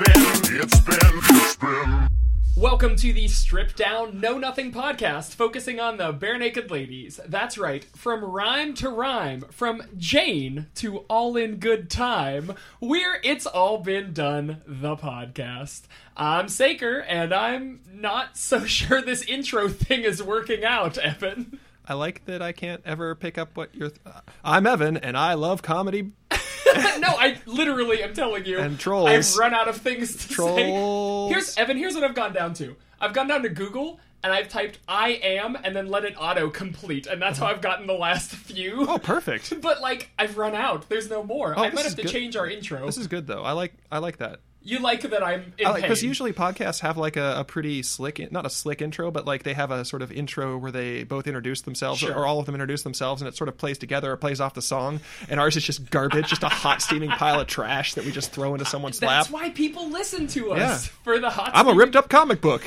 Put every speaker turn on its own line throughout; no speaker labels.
It's been, it's been.
Welcome to the stripped down know nothing podcast focusing on the bare naked ladies. That's right, from rhyme to rhyme, from Jane to all in good time, we're It's All Been Done, the podcast. I'm Saker, and I'm not so sure this intro thing is working out, Evan.
I like that I can't ever pick up what you're. Th- I'm Evan, and I love comedy
no, I literally am telling you.
And trolls.
I've run out of things to say.
Trolls.
Here's Evan. Here's what I've gone down to. I've gone down to Google and I've typed "I am" and then let it auto complete, and that's how I've gotten the last few.
Oh, perfect.
But like, I've run out. There's no more. I
this
might
is
have to
good.
change our intro.
This is good though. I like I like that.
you like that I'm in
I like because
pain.
usually podcasts have like a, a pretty slick, in- not a slick intro, but like they have a sort of intro where they both introduce themselves
Sure.
or, all of them introduce themselves, and it sort of plays together or plays off the song. And ours is just garbage, just a hot steaming pile of trash that we just throw into someone's
That's
lap.
why people listen to us
Yeah.
for the hot.
I'm a
seat.
ripped up comic book.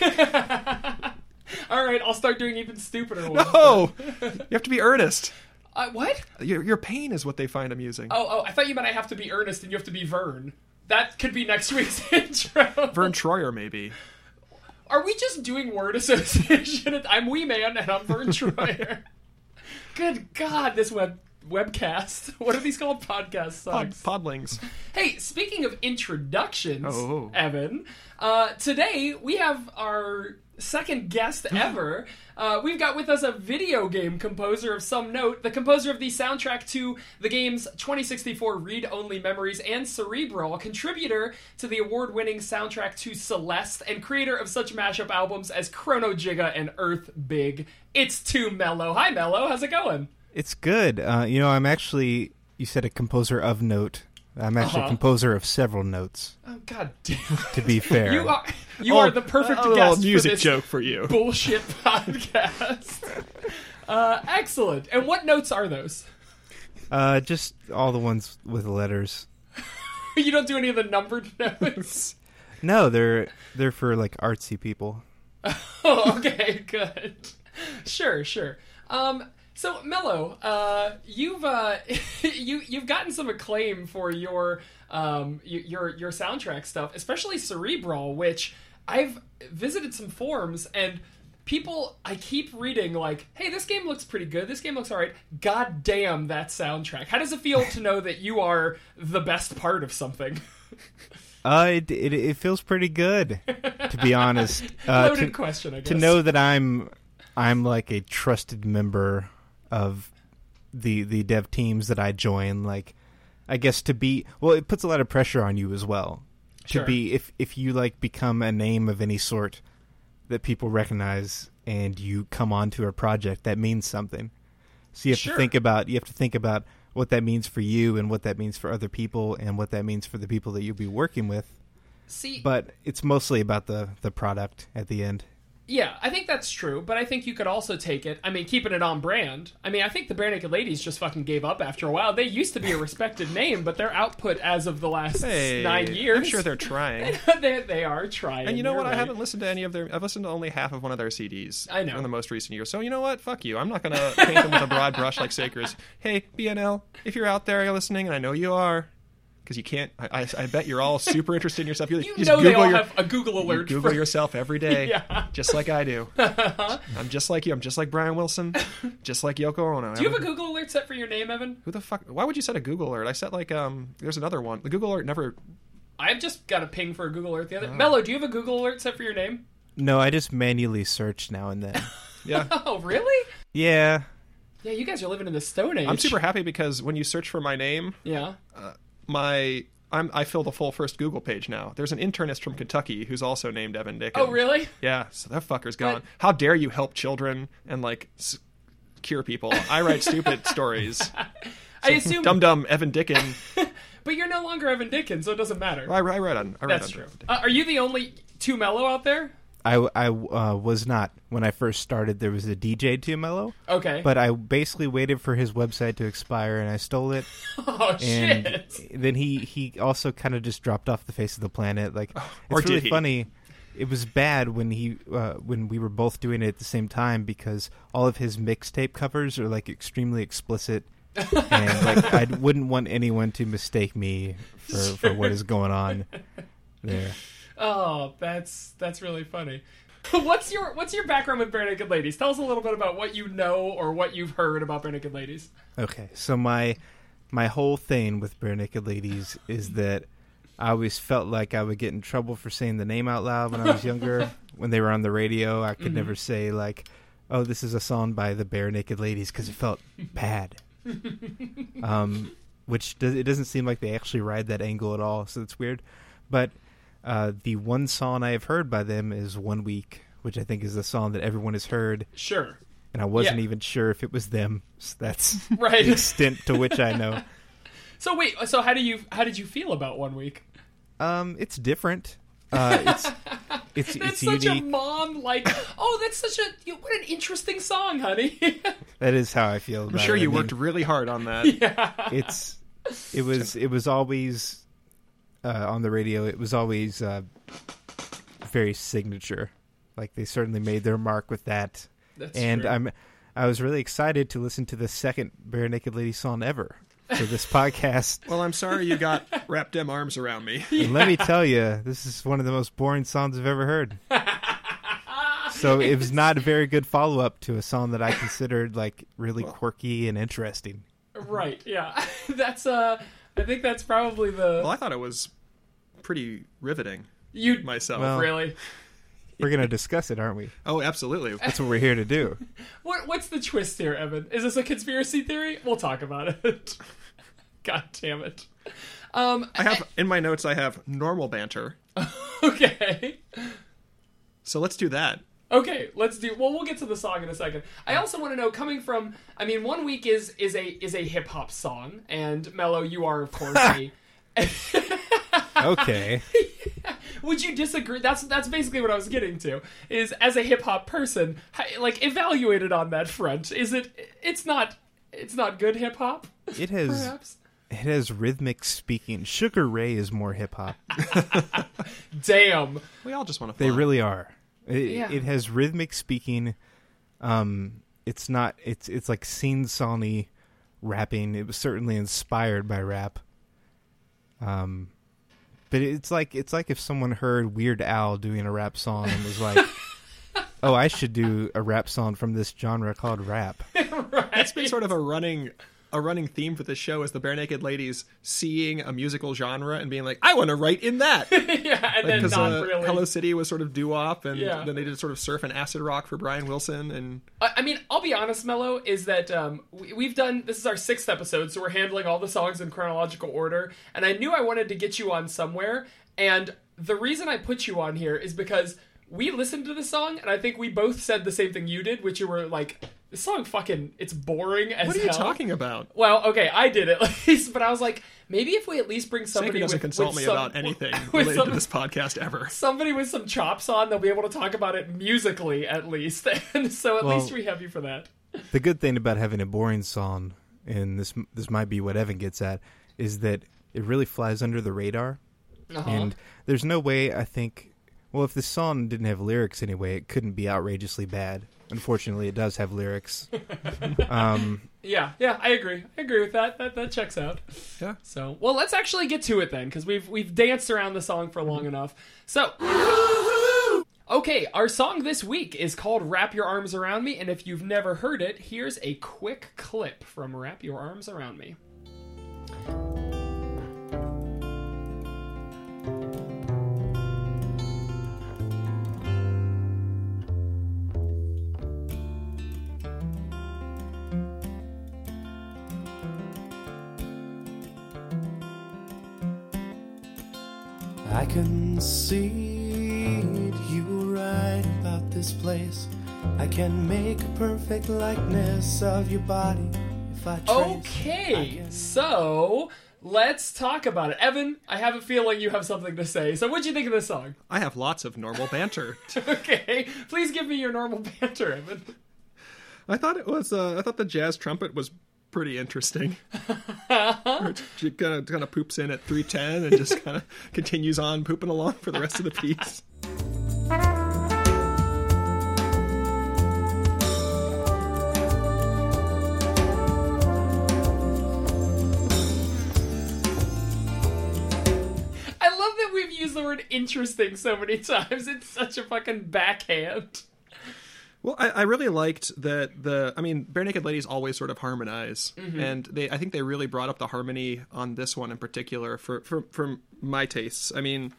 All right, I'll start doing even stupider ones.
oh, you have to be earnest.
Uh, what?
Your, your pain is what they find amusing.
Oh, oh, I thought you meant I have to be earnest and you have to be Vern. That could be next week's intro.
Vern Troyer, maybe.
Are we just doing word association? I'm Wee Man and I'm Vern Troyer. Good God, this web webcast. What are these called? Podcast
Pod,
sucks.
podlings.
Hey, speaking of introductions,
Oh.
Evan, uh, today we have our second guest ever. Uh, we've got with us a video game composer of some note, the composer of the soundtrack to the games 2064 Read Only Memories and Cerebral, contributor to the award winning soundtrack to Celeste, and creator of such mashup albums as Chrono Jigga and Earth Big. It's too mellow. Hi, Mellow. How's it going?
It's good. Uh, you know, I'm actually. You said a composer of note. I'm actually
Uh-huh.
a composer of several notes.
Oh, God damn.
To be fair,
You are, you are the perfect
Oh, a little
guest
music
for this
joke for you.
bullshit podcast. Uh, excellent. And what notes are those?
uh, just all the ones with letters.
You don't do any of the numbered notes.
No, they're they're for like artsy people.
oh, okay, good. Sure, sure. Um, so Mello, uh, you've uh, you you've gotten some acclaim for your um, y- your your soundtrack stuff, especially Cerebral, which I've visited some forums and people I keep reading like, "Hey, this game looks pretty good. This game looks all right." God damn that soundtrack! How does it feel to know that you are the best part of something?
Uh, it it, it feels pretty good, to be honest. Uh,
Loaded
to,
question, I guess.
to know that I'm I'm like a trusted member of the the dev teams that I join. Like, I guess to be well, it puts a lot of pressure on you as well.
Sure.
To be if if you like become a name of any sort that people recognize and you come onto a project that means something. So you have
Sure.
to think about you have to think about what that means for you and what that means for other people and what that means for the people that you'll be working with.
see,
But it's mostly about the the product at the end.
Yeah, I think that's true, but I think you could also take it. I mean, keeping it on brand. I mean, I think the Bare Naked Ladies just fucking gave up after a while. They used to be a respected name, but their output as of the last
Hey,
nine years,
I'm sure they're trying.
they, they are trying.
And you know
you're
what? I
right.
haven't listened to any of their. I've listened to only half of one of their CDs.
I know.
In the most recent year. So you know what? Fuck you. I'm not gonna paint them with a broad brush like Sakers. Hey, BNL, if you're out there, you're listening, and I know you are, because you can't. I, I, I bet you're all super interested in yourself. You're,
You
just
know
Google
they all
your,
have a Google alert.
Google
for-
yourself every day,
Yeah.
just like I do. I'm just like you. I'm just like Brian Wilson, just like Yoko Ono.
Do you have a Google alert set for your name, Evan?
Who the fuck? Why would you set a Google alert? I set like um. There's another one. The Google alert never.
I've just got a ping for a Google alert the
Uh-huh.
other. Mello, do you have a Google alert set for your name?
No, I just manually search now and then.
Yeah.
Oh, really?
yeah.
Yeah, you guys are living in the Stone Age.
I'm super happy because when you search for my name,
Yeah.
my I'm, I fill the full first Google page now. There's an internist from Kentucky who's also named Evan Dickens.
Oh, really?
Yeah. So that fucker's gone.
What?
How dare you help children and like s- cure people? I write stupid stories.
I assume,
Dum dum Evan Dickens.
but you're no longer Evan Dickens, so it doesn't matter.
I, I write on. I write
That's
on
true.
Evan Dickens.
Uh, are you the only two mellow out there?
I, I uh, was not when I first started. There was a DJ too mellow,
Okay.
but I basically waited for his website to expire and I stole it.
oh
And
shit.
then he he also kind of just dropped off the face of the planet. Like it's
Oh, or did
really
he?
funny. It was bad when he uh, when we were both doing it at the same time because all of his mixtape covers are like extremely explicit. and like I wouldn't want anyone to mistake me for, for what is going on there.
Oh, that's that's really funny. what's your what's your background with Bare Naked Ladies? Tell us a little bit about what you know or what you've heard about Bare Naked Ladies.
Okay, so my my whole thing with bare naked ladies is that I always felt like I would get in trouble for saying the name out loud when I was younger. when they were on the radio, I could never say like, "Oh, this is a song by the bare naked ladies" because it felt bad. um, which does, it doesn't seem like they actually ride that angle at all, so it's weird. But uh, the one song I have heard by them is "One Week," which I think is the song that everyone has heard,
Sure.
and I wasn't
Yeah.
even sure if it was them. So that's
Right.
the extent to which I know.
So wait, so how do you how did you feel about One Week?
Um, it's different. Uh, it's it's
That's
it's
such
unique.
a mom like. Oh, that's such a you- what an interesting song, honey.
That is how I feel. About
I'm sure
it.
you
I mean,
worked really hard on that.
It's it was it was always uh, on the radio. It was always uh, very signature. Like they certainly made their mark with that.
That's
and
true.
I'm I was really excited to listen to the second Bare Naked Lady song ever for this podcast.
Well, I'm sorry you got wrapped them arms around me.
And let me tell you, this is one of the most boring songs I've ever heard. So it was not a very good follow up to a song that I considered like really quirky and interesting.
right. Yeah. That's uh. I think that's probably the
Well, I thought it was pretty riveting
you
myself.
Well-
really.
We're gonna discuss it, aren't we?
oh, absolutely.
That's what we're here to do.
What what's the twist here, Evan? Is this a conspiracy theory? We'll talk about it. God damn it. Um.
I have in my notes I have normal banter.
Okay.
So let's do that.
Okay, let's do. Well, we'll get to the song in a second. I also want to know, coming from, I mean, one week is is a is a hip hop song, and Mello, you are of course a.
Okay.
Would you disagree? That's that's basically what I was getting to. Is as a hip hop person, hi- like evaluated on that front, is it? It's not. It's not good hip hop,
It has
perhaps.
it has rhythmic speaking. Sugar Ray is more hip hop.
Damn.
We all just want to.
They really are. It,
Yeah.
it has rhythmic speaking. Um, it's not. It's it's like sing songy rapping. It was certainly inspired by rap. Um, but it's like it's like if someone heard Weird Al doing a rap song and was like, "Oh, I should do a rap song from this genre called rap."
That's been sort of a running, a running theme for this show is the bare naked ladies seeing a musical genre and being like, I want to write in that.
Yeah, and then
Because
not
uh,
really.
Hello City was sort of doo wop, and
Yeah.
then they did sort of surf and acid rock for Brian Wilson, and
I I mean, I'll be honest, Mello, is that um, we, we've done this is our sixth episode, so we're handling all the songs in chronological order. And I knew I wanted to get you on somewhere, and the reason I put you on here is because we listened to the song, and I think we both said the same thing you did, which you were like, "This song fucking, it's boring as
what are you
hell."
talking about?
Well, okay, I did at least, but I was like, maybe if we at least bring
Baker
somebody
doesn't
with,
consult
with
me
some-
about anything
with
related
some-
to this podcast ever.
somebody with some chops on, they'll be able to talk about it musically at least. And so at
Well-
least we have you for that.
The good thing about having a boring song, and this this might be what Evan gets at, is that it really flies under the radar.
Uh-huh.
And there's no way I think. Well, if the song didn't have lyrics anyway, it couldn't be outrageously bad. Unfortunately, it does have lyrics. um,
Yeah, yeah, I agree. I agree with that. That that checks out.
Yeah.
So, well, let's actually get to it then, because we've we've danced around the song for long enough. So. Okay, our song this week is called Wrap Your Arms Around Me, and if you've never heard it, here's a quick clip from Wrap Your Arms Around Me.
I can see it, you were right about this place. I can make a perfect likeness of your body if I trace.
Okay, so let's talk about it. Evan, I have a feeling you have something to say. So, what'd you think of this song?
I have lots of normal banter.
Okay, please give me your normal banter, Evan.
I thought it was. Uh, I thought the jazz trumpet was pretty interesting. She kind of kind of poops in at three ten and just kind of continues on pooping along for the rest of the piece.
I love that that we've used the word interesting so many times. It's such a fucking backhand.
Well, I, I really liked that the. I mean, Bare Naked Ladies always sort of harmonize, and they. I think they really brought up the harmony on this one in particular for for from my tastes. I mean,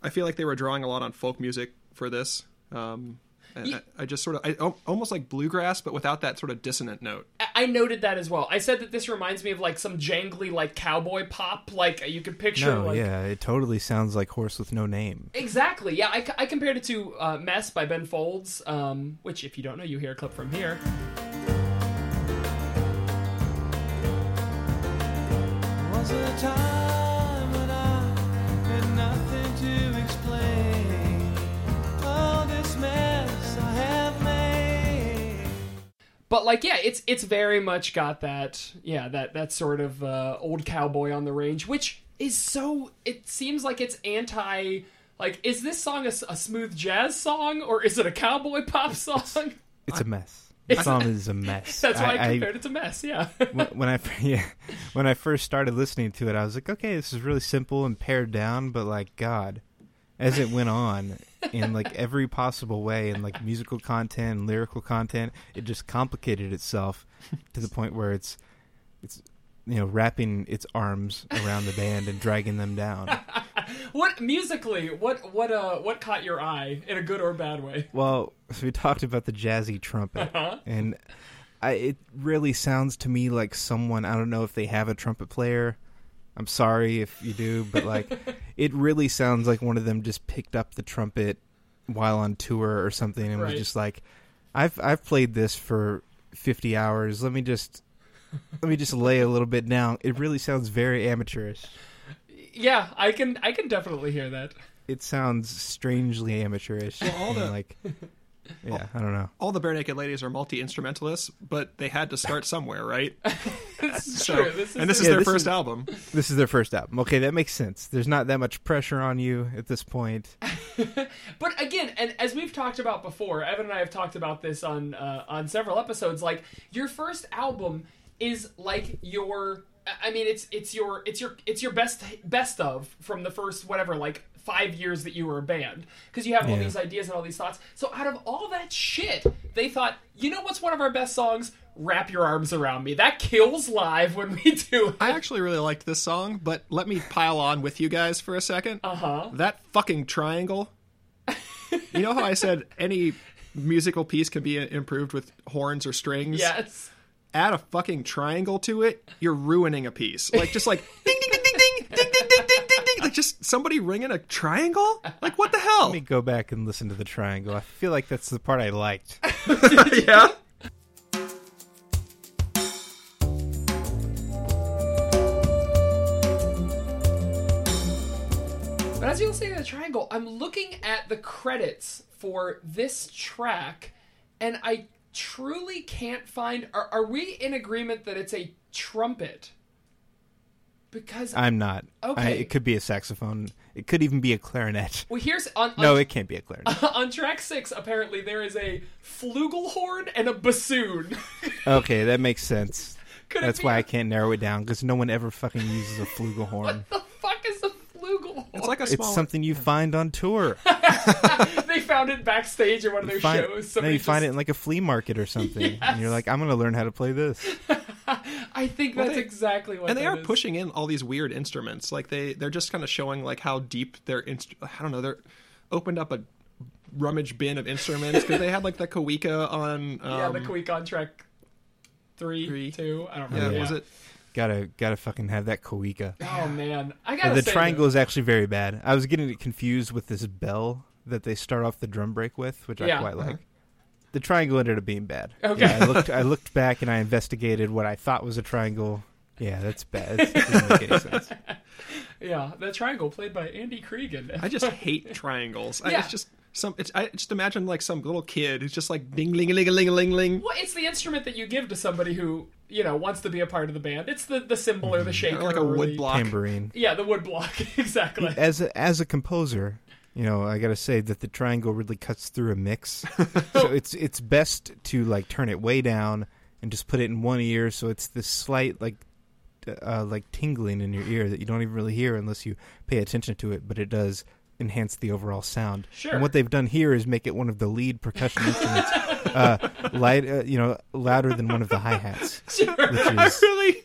I feel like they were drawing a lot on folk music for this. Um, and
Ye-
I, I just sort of, I al- almost like bluegrass, but without that sort of dissonant note.
I- I noted that as well. I said that this reminds me of like some jangly like cowboy pop. Like you could picture
no,
like
yeah, it totally sounds like horse with no name.
Exactly. Yeah, I, c- I compared it to uh, Mess by Ben Folds, um, which, if you don't know, you hear a clip from here.
Was a time when I had nothing to explain. All this mess I have made.
But like, yeah, it's it's very much got that, yeah, that that sort of uh, old cowboy on the range, which is so. It seems like it's anti. Like, is this song a, s- a smooth jazz song or is it a cowboy pop song?
It's a mess. The song is a mess.
That's why I, compared it to Mess. Yeah.
when- when I yeah, when I first started listening to it, I was like, okay, this is really simple and pared down, but like God, as it went on in like every possible way, in like musical content and lyrical content, it just complicated itself to the point where it's it's you know wrapping its arms around the band and dragging them down.
what musically? What what uh what caught your eye in a good or bad way?
Well, so we talked about the jazzy trumpet, and I, it really sounds to me like someone. I don't know if they have a trumpet player. I'm sorry if you do, but like, it really sounds like one of them just picked up the trumpet while on tour or something, and
Right.
was just like, "I've I've played this for 50 hours. Let me just." Let me just lay a little bit down. It really sounds very amateurish.
Yeah, I can I can definitely hear that.
It sounds strangely amateurish.
all
and
the-
like, yeah, I don't know.
All the Bare Naked Ladies are multi instrumentalists, but they had to start somewhere, right?
It's
So,
true. This is
and this
a-
is
Yeah,
their
this
first
is-
album.
This is their first album. Okay, that makes sense. There's not that much pressure on you at this point.
But again, and as we've talked about before, Evan and I have talked about this on uh, on several episodes. Like your first album is like your, I- I mean, it's it's your it's your it's your best best of from the first whatever like five years that you were a band because you have all
Yeah.
these ideas and all these thoughts. So out of all that shit, they thought, you know what's one of our best songs? Wrap your arms around me. That kills live when we do. it.
I actually really liked this song, but let me pile on with you guys for a second. Uh
Uh-huh.
huh. That fucking triangle. you know how I said any musical piece can be improved with horns or strings?
Yes.
Add a fucking triangle to it, you're ruining a piece. Like just like ding ding ding ding ding ding ding ding ding ding ding. Like just somebody ringing a triangle. Like what the hell?
Let me go back and listen to the triangle. I feel like that's the part I liked.
yeah.
But as you listen to the triangle, I'm looking at the credits for this track, and I truly can't find. Are, are we in agreement that it's a trumpet? Because
I'm not. I,
Okay.
it could be a saxophone. It could even be a clarinet.
well, here's on on,
No, it can't be a clarinet.
on track six. Apparently, there is a flugelhorn and a bassoon.
Okay, that makes sense.
Could it
That's
be
why
a-
I can't narrow it down because no one ever fucking uses a flugelhorn.
The fuck is a flugelhorn?
It's like a small
It's something you find on tour.
they found it backstage at one of their
Find-
shows.
no,
Somebody
you find it
just-
in like a flea market or something, and you're like, "I'm gonna learn how to play this."
I think that's
they-
exactly what.
and they
that
are
is.
pushing in all these weird instruments like they they're just kind of showing like how deep their inst- i don't know they're opened up a rummage bin of instruments because they had like the kawika on um,
Yeah, the Queek on track three,
Three.
two. I don't
yeah,
remember.
was it
Gotta, gotta fucking have that kawika.
Oh man, I gotta
the
say
triangle
though-
is actually very bad. I was getting it confused with this bell that they start off the drum break with, which
Yeah.
I quite like. The triangle ended up being bad.
Okay.
Yeah, I looked I looked back and I investigated what I thought was a triangle. Yeah, that's bad. It doesn't make any sense.
yeah, the triangle played by Andy Cregan.
i just hate triangles I,
Yeah.
it's just some it's, i just imagine like some little kid who's just like ding ling ling ling ling ling
well, it's the instrument that you give to somebody who you know wants to be a part of the band. It's the the symbol or the shaker,
or Mm-hmm. like a
or
wood
the-
block
Tambourine.
Yeah, the wood block exactly.
As a, as a composer, you know, I gotta say that the triangle really cuts through a mix. so it's it's best to like turn it way down and just put it in one ear, so it's this slight like uh, like tingling in your ear that you don't even really hear unless you pay attention to it, but it does enhance the overall sound.
Sure.
And what they've done here is make it one of the lead percussion instruments, uh, light, uh, you know, louder than one of the hi hats, which is
really?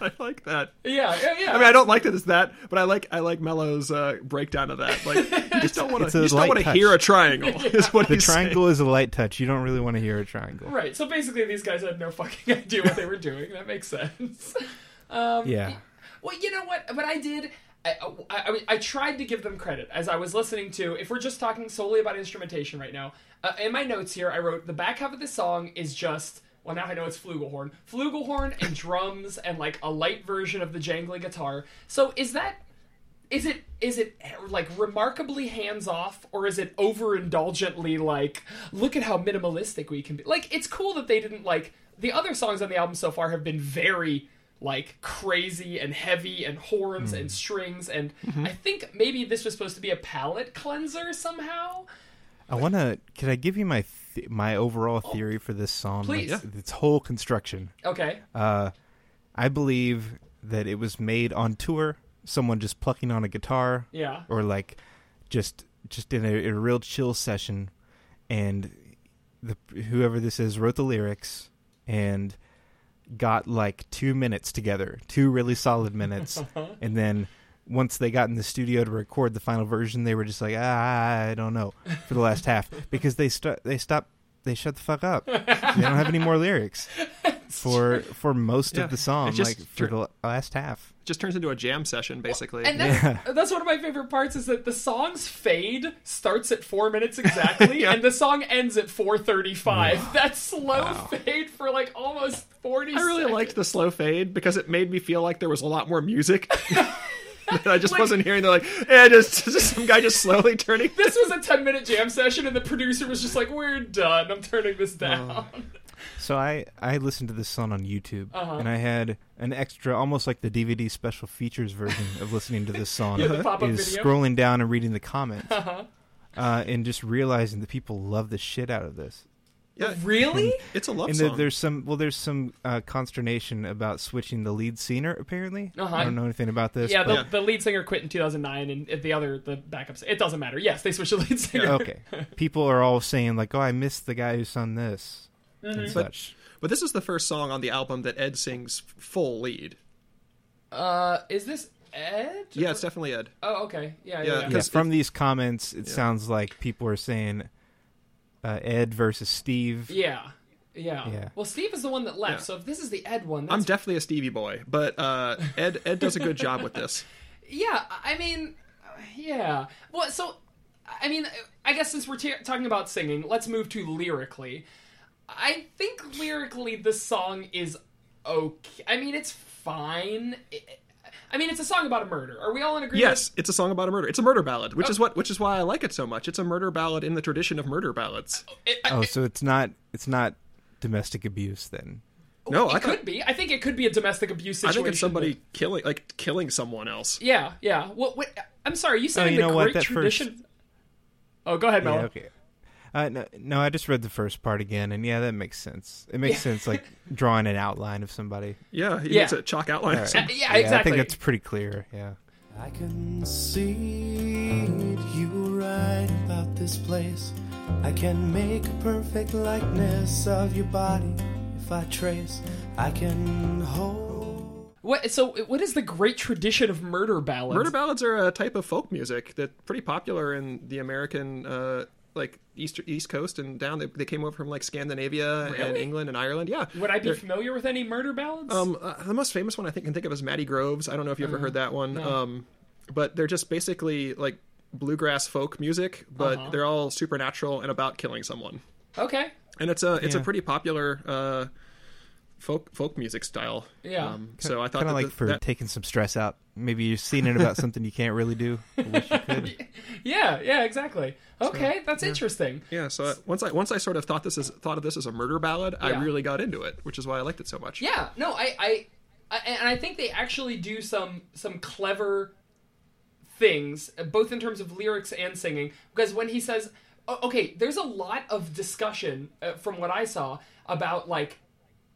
I like that.
Yeah, yeah, yeah.
I mean, I don't like that it's that, but I like I like Mellow's uh, breakdown of that. Like, you just don't want
It's
to.
a
You just don't
light
want to
touch.
hear a triangle. Is what
the
he's
triangle is a light touch. You don't really want to hear a triangle.
Right. So basically, these guys had no fucking idea what they were doing. That makes sense. Um,
Yeah.
Well, you know what? But I did. I, I, I, mean, I tried to give them credit as I was listening to. If we're just talking solely about instrumentation right now, uh, in my notes here, I wrote the back half of this song is just. Well, now I know it's flugelhorn, flugelhorn and drums and like a light version of the jangly guitar. So is that? Is it is it like remarkably hands off or is it overindulgently like look at how minimalistic we can be? Like it's cool that they didn't like the other songs on the album so far have been very like crazy and heavy and horns and strings and I think maybe this was supposed to be a palate cleanser somehow.
I want to. Can I give you my th- my overall theory for this song?
Please.
Like, Its whole construction.
Okay.
Uh, I believe that it was made on tour. Someone just plucking on a guitar,
Yeah.
or like just just in a, a real chill session, and the whoever this is wrote the lyrics and got like two minutes together, two really solid minutes,
Uh-huh.
and then once they got in the studio to record the final version, they were just like, ah, I don't know, for the last half because they st- they stopped, they shut the fuck up. they don't have any more lyrics for for most
Yeah,
of the song,
it just
like for
tur-
the last half.
Saying. Just turns into a jam session, basically.
And that's, uh, that's one of my favorite parts is that the song's fade starts at four minutes exactly, and the song ends at four thirty-five. that slow fade for like almost forty.
I really
seconds.
liked the slow fade because it made me feel like there was a lot more music. that I just
Like-
wasn't hearing. They're like, eh, just, just some guy just slowly turning.
This was a ten-minute jam session, and the producer was just like, "We're done. I'm turning this down."
So I I listened to this song on YouTube,
Uh-huh.
and I had an extra, almost like the DVD special features version of listening to this song.
Yeah, the pop-up
is
video. Uh-huh.
scrolling down and reading the comments, uh, and just realizing that people love the shit out of this.
Yeah,
Really?
it's a love
and
song.
there- there's some well, there's some uh, consternation about switching the lead singer. Apparently,
Uh-huh.
I don't know anything about this.
Yeah, the,
but,
the lead singer quit in 2009, and it- the other, the backup, it doesn't matter. Yes, they switched the lead singer.
okay. People are all saying like, "Oh, I missed the guy who sung this."
Mm-hmm.
And such.
but this is the first song on the album that Ed sings full lead.
Uh, is this Ed?
Yeah, it's definitely Ed.
Oh, okay. Yeah,
Yeah,
yeah. yeah.
yeah,
'cause
from these comments, it sounds like people are saying uh, Ed versus Steve.
Yeah. Yeah.
Yeah.
Well, Steve is the one that left,
Yeah.
so if this is the Ed one,
I'm
that's
definitely a Stevie boy, but uh, Ed Ed does a good job with this.
Yeah, I mean, yeah. Well, so I mean, I guess since we're t- talking about singing, let's move to lyrically. I think lyrically, this song is okay. I mean, it's fine. It- I mean, it's a song about a murder. Are we all in agreement?
Yes, it's a song about a murder. It's a murder ballad, which is
Oh.
what which is why I like it so much. It's a murder ballad in the tradition of murder ballads.
It, I-
Oh, so it's not it's not domestic abuse then.
No, Oh, I
Oh, it
thought,
could be. I think it could be a domestic abuse
I
situation.
think it's somebody killing like killing someone else.
Yeah, yeah. What? what I'm sorry. You saying
Oh, you
the
know what?
great
That first-
tradition? Oh, go ahead, Mel.
Yeah, okay. Uh, no, no, I just read the first part again, and yeah, that makes sense. It makes sense, like drawing an outline of somebody.
Yeah, he
Yeah.
makes a chalk outline.
All
of some-
right.
Yeah,
I
exactly.
think that's pretty clear. Yeah.
I can see it, you were right about this place. I can make a perfect likeness of your body if I trace. I can hold.
What? So, what is the great tradition of murder ballads?
Murder ballads are a type of folk music that's pretty popular in the American uh, like east East Coast and down. They, they came over from like Scandinavia and
Really?
England and Ireland. Yeah,
Would I be
They're-
familiar with any murder ballads?
Um, uh, the most famous one I think can think of is Matty Groves. I don't know if you
Mm-hmm.
ever heard that one. Um, but they're just basically like bluegrass folk music, but
Uh-huh.
they're all supernatural and about killing someone.
okay.
And it's a it's a
Yeah.
pretty popular uh, folk folk music style.
Yeah.
Um, so
Uh,
I thought
Kind
that
of like
the-
for
that-
taking some stress out. Maybe you're singing about something you can't really do. I wish you could.
Yeah, yeah, exactly. Okay, that's interesting.
yeah. So I- once I once I sort of thought this is thought of this as a murder ballad, I
Yeah.
really got into it, which is why I liked it so much.
Yeah, no, I, I, I, and I think they actually do some some clever things, both in terms of lyrics and singing. Because when he says, o- okay, there's a lot of discussion uh, from what I saw about like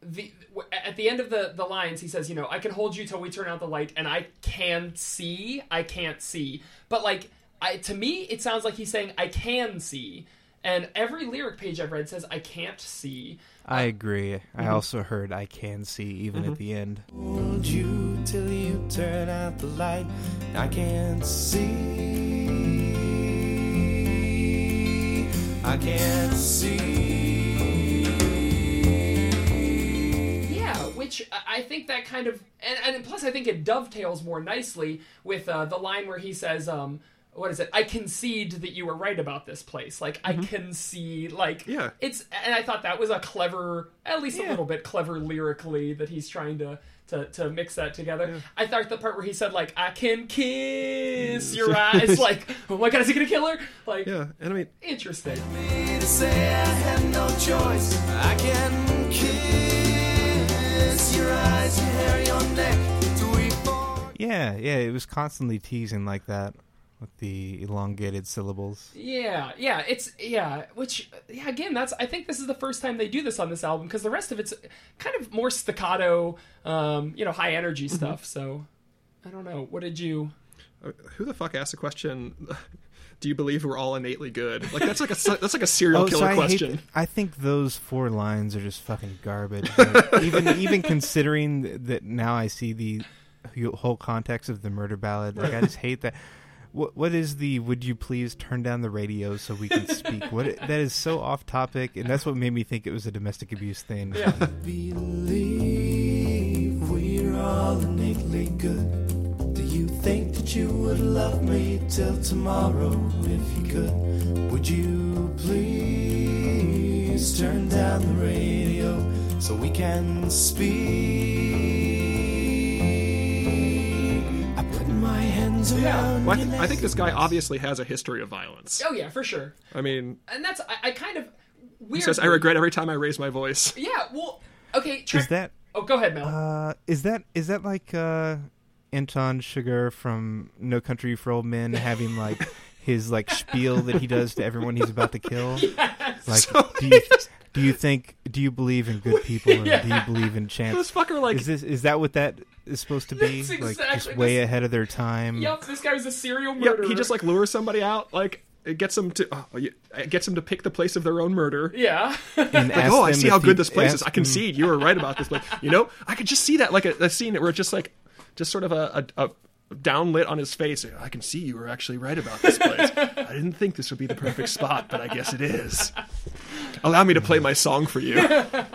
the w- at the end of the the lines he says you know i can hold you till we turn out the light and i can see i can't see but like i to me it sounds like he's saying i can see and every lyric page i've read says i can't see
I agree.
Mm-hmm.
I also heard I can see even at the end.
Hold you till you turn out the light. I can't see. I can't see.
Yeah, which I- I think that kind of, and, and plus I think it dovetails more nicely with uh, the line where he says, um, "What is it? I concede that you were right about this place. Like I concede, like
Mm-hmm. Yeah.
it's." And I thought that was a clever, at least a
Yeah.
little bit clever lyrically that he's trying to. To, to mix that together, I thought the part where he said like I can kiss your eyes, like oh my god, is he gonna kill her? Like
Mm. Yeah, and I mean,
interesting.
Me to say I had no choice. I can kiss your eyes, your hair, your neck. Do we fall?
Yeah, yeah, it was constantly teasing like that with the elongated syllables.
Yeah, yeah, it's yeah, which yeah, again, that's I think this is the first time they do this on this album because the rest of it's kind of more staccato, um, you know, high energy stuff. So I don't know. What did you?
uh, who the fuck asked the question? Do you believe we're all innately good? Like that's like a that's like a serial
Oh, so
killer
I, hate-
question.
I think those four lines are just fucking garbage. Like, even even considering th- that now I see the whole context of the murder ballad, like I just hate that. What what is the would you please turn down the radio so we can speak? What that is so off topic, and that's what made me think it was a domestic abuse thing.
Yeah,
Believe we're all innately good. Do you think that you would love me till tomorrow if you could? Would you please turn down the radio so we can speak? I put my hands around
Well, I,
your
th-
neck.
I think this guy obviously has a history of violence.
oh yeah, for sure.
I mean,
And that's I, I kind of weird.
he says I regret every time I raise my voice.
Yeah, well, okay. Check.
Is that
Oh, go ahead, Mel.
uh, is that is that like uh, Anton Sugar from No Country for Old Men having like his like spiel that he does to everyone he's about to kill? Like, do you do you think do you believe in good people and do you believe in
This
chance?
fucker like
is this is that what that is supposed to be?
That's
like
exactly
just way
this-
ahead of their time.
Yup, this guy was a serial murderer.
yep, he just like lures somebody out like. It gets them to oh, you- it gets them to pick the place of their own murder.
yeah.
And
Like,
ask
oh, I
them
see
if
how
you-
good this place is.
ask
I concede you were right about this place. You know, I could just see that like a, a scene where it's just like, just sort of a, a, a downlit on his face. I can see you were actually right about this place. I didn't think this would be the perfect spot, but I guess it is. Allow me to play my song for you.
them-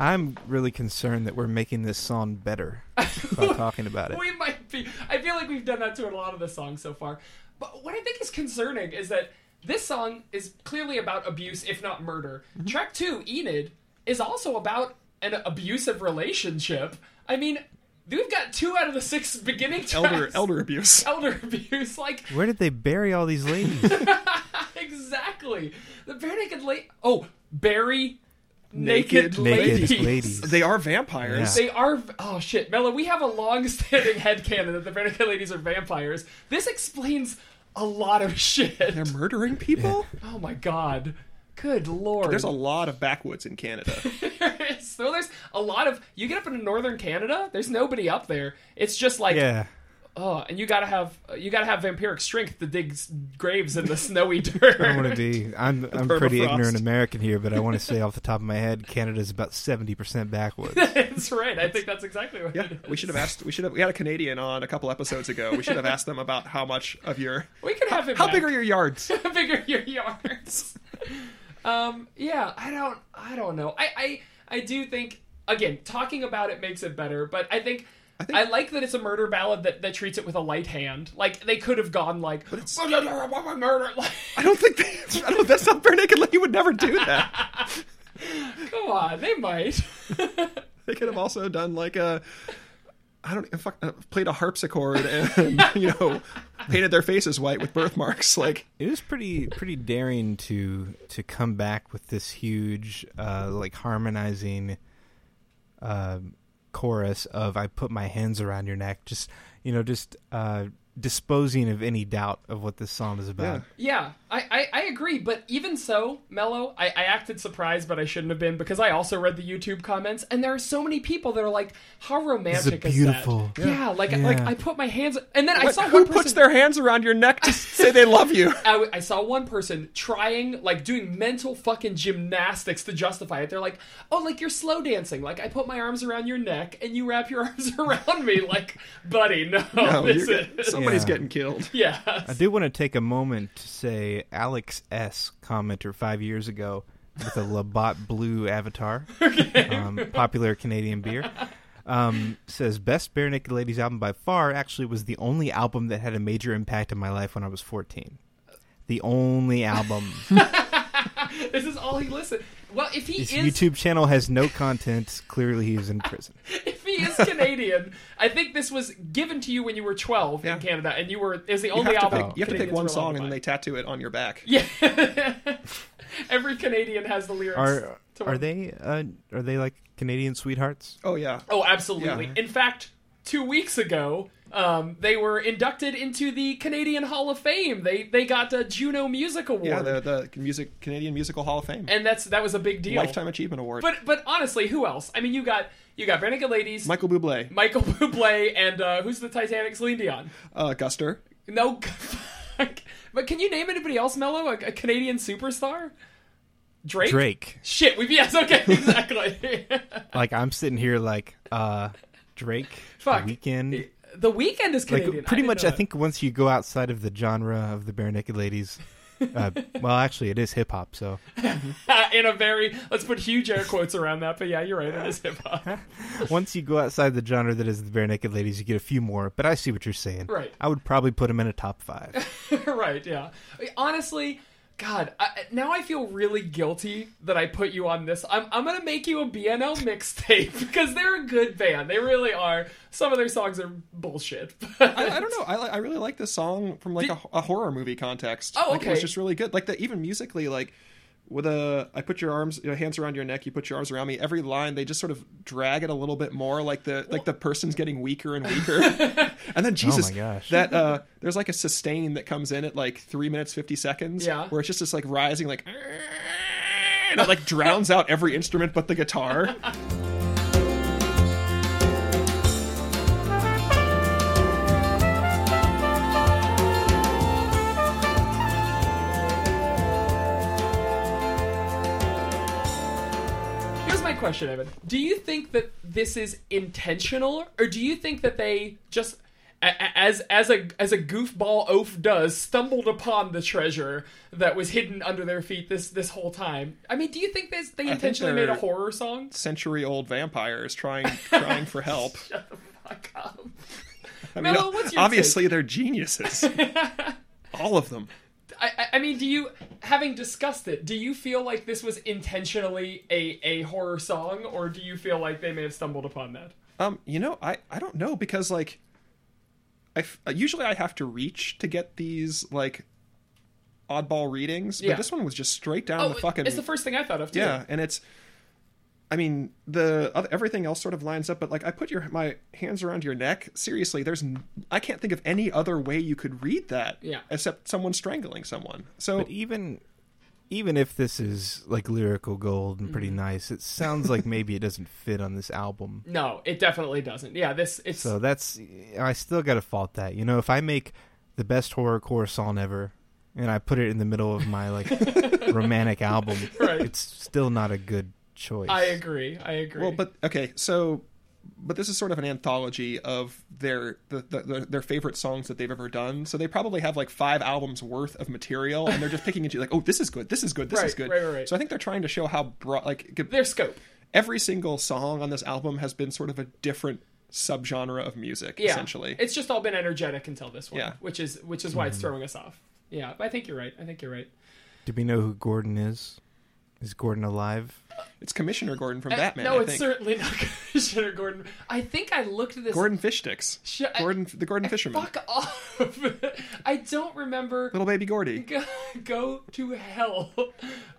I'm really concerned that we're making this song better by talking about it.
We might be. I feel like we've done that to a lot of the songs so far. But what I think is concerning is that this song is clearly about abuse, if not murder.
Mm-hmm.
Track two, Enid, is also about an abusive relationship. I mean, we've got two out of the six beginning tracks.
Elder elder abuse.
Elder abuse, like
Where did they bury all these ladies?
exactly the bare naked lady. Oh, Barry, naked,
Naked
Naked
ladies.
ladies.
They are vampires.
Yeah.
They are. Oh shit, Mella, we have a long-standing headcanon that the Vampire Ladies are vampires. This explains a lot of shit.
They're murdering people.
Oh my god. Good lord.
There's a lot of backwoods in Canada.
so there's a lot of. You get up into northern Canada. There's nobody up there. It's just like
yeah.
oh, and you gotta have you gotta have vampiric strength to dig s- graves in the snowy dirt.
I want to be. I'm I'm pretty
permafrost.
ignorant American here, but I want to say off the top of my head, Canada's about seventy percent backwoods.
That's right. I think that's exactly what.
Yeah,
it is.
we should have asked. We should have. We had a Canadian on a couple episodes ago. We should have asked them about how much of your
We could have it.
how
back.
big are your yards.
the bigger your yards. um, yeah, I don't, I don't know. I, I, I do think again, talking about it makes it better, but I think. I,
think-
like that it's a murder ballad that, that treats it with a light hand. Like they could have gone like murder. Like,
I don't think they, I don't, that's not bare naked lady would never do that.
come on, they might.
They could have also done like a I don't even fuck, uh, played a harpsichord and you know painted their faces white with birthmarks. Like
It was pretty pretty daring to to come back with this huge uh, like harmonizing uh, chorus of "I put my hands around your neck," just you know, just uh, disposing of any doubt of what this song is about.
yeah, I, I, I agree, but even so, Mello, I, I acted surprised, but I shouldn't have been because I also read the YouTube comments, and there are so many people that are like, "How romantic is,
beautiful.
that?" Yeah, like like I put my hands, and then I saw
Who
one
puts
person.
their hands around your neck to say they love you?
I, w- I saw one person trying, like, doing mental fucking gymnastics to justify it. They're like, oh, like you're slow dancing. Like, I put my arms around your neck and you wrap your arms around me. Like, buddy, no.
No,
this
you're-
is-
somebody's
Yeah.
getting killed.
yeah.
I do want to take a moment to say Alex S. commenter five years ago with a Labatt Blue avatar, um, popular Canadian beer, um, says best Bare Naked Ladies album by far. Actually, was the only album that had a major impact on my life when I was fourteen. The only album.
This is all he listened. Well, if he
His
is
YouTube channel has no content. Clearly, he's in prison.
if he is Canadian, I think this was given to you when you were 12
Yeah.
in Canada, and you were is the
You
only
have, to
album.
pick, you have to pick
Canadians
one
were allowed
song
to
and then
buy.
they tattoo it on your back.
Yeah. Every Canadian has the lyrics.
Are
to one-
are they uh, are they like Canadian sweethearts?
Oh yeah.
Oh, absolutely.
Yeah.
In fact, two weeks ago, um, they were inducted into the Canadian Hall of Fame. They they got a Juno Music Award,
Yeah, the, the music Canadian Musical Hall of Fame.
and that's that was a big deal.
Lifetime Achievement Award.
But but honestly, who else? I mean, you got you got Renegade Ladies,
Michael Bublé,
Michael Bublé, and uh, who's the Titanic? Celine Dion.
uh, Guster.
No, fuck. but can you name anybody else, Mello? A, a Canadian superstar? Drake.
Drake.
Shit, we've yes, okay, exactly.
Like I'm sitting here like uh, Drake.
Fuck.
The Weekend.
the weekend is
like
Canadian.
pretty
didn't
much
know
i
that.
think once you go outside of the genre of the bare naked ladies uh, well actually it is hip-hop so
in a very let's put huge air quotes around that. But yeah, you're right. It is hip hop.
once you go outside the genre that is the bare naked ladies you get a few more but i see what you're saying
Right.
i would probably put them in a top five Oh
right. Yeah. Honestly. God, I, now I feel really guilty that I put you on this. I'm, I'm gonna make you a BNL mixtape because they're a good band. They really are. Some of their songs are bullshit. but-
I, I don't know. I, li- I really like this song from like a, a horror movie context.
Oh,
Like, it was
okay.
just really good. Like the, even musically, like with a I put your arms, your hands around your neck. You put your arms around me. Every line, they just sort of drag it a little bit more. Like the like the person's getting weaker and weaker. and then Jesus,
gosh.
that uh, there's like a sustain that comes in at like three minutes fifty seconds.
Yeah.
where it's just this like rising like. And it like drowns out every instrument but the guitar.
Here's my question, Evan. Do you think that this is intentional, or do you think that they just, a- a- as as a as a goofball oaf does, stumbled upon the treasure that was hidden under their feet this this whole time? I mean, do you think this they intentionally made a
they're-
horror song?
Century old vampires trying trying for help.
Fuck up.
I mean,
Mello, what's your
obviously they're geniuses. All of them.
I, I- I mean, do you, having discussed it, do you feel like this was intentionally a, a horror song, or do you feel like they may have stumbled upon that?
Um, you know, I I don't know because like I f- uh, usually I have to reach to get these like oddball readings,
Yeah.
but this one was just straight down
Oh,
the fucking
it's the first thing I thought of too.
yeah, and it's I mean, the other, everything else sort of lines up, but like I put your my hands around your neck. Seriously, there's n- I can't think of any other way you could read that
Yeah.
except someone strangling someone. So
but even even if this is like lyrical gold and pretty nice it sounds like maybe it doesn't fit on this album
No, it definitely doesn't. Yeah, this it's
so that's i still gotta fault that you know if i make the best horrorcore song ever and i put it in the middle of my like romantic album
Right.
it's still not a good choice
I agree. I agree.
Well, but okay, so but this is sort of an anthology of their the, the, the their favorite songs that they've ever done. So they probably have like five albums worth of material, and they're just picking into like, oh, this is good, this is good, this is
Right,
good.
right, right, right.
So I think they're trying to show how broad like g-
their scope.
every single song on this album has been sort of a different subgenre of music,
Yeah.
essentially.
It's just all been energetic until this one.
Yeah. Mm-hmm.
Which is which is why it's throwing us off. Yeah, but I think you're right. I think you're right.
do we know who gordon is is gordon alive
It's Commissioner Gordon from
Uh,
Batman.
no,
I
it's
think.
certainly not Commissioner Gordon. I think I looked this
Gordon Fishsticks.
Sh- I-
Gordon, the Gordon Fisherman,
fuck off. I don't remember
little baby Gordy.
Go- go to hell.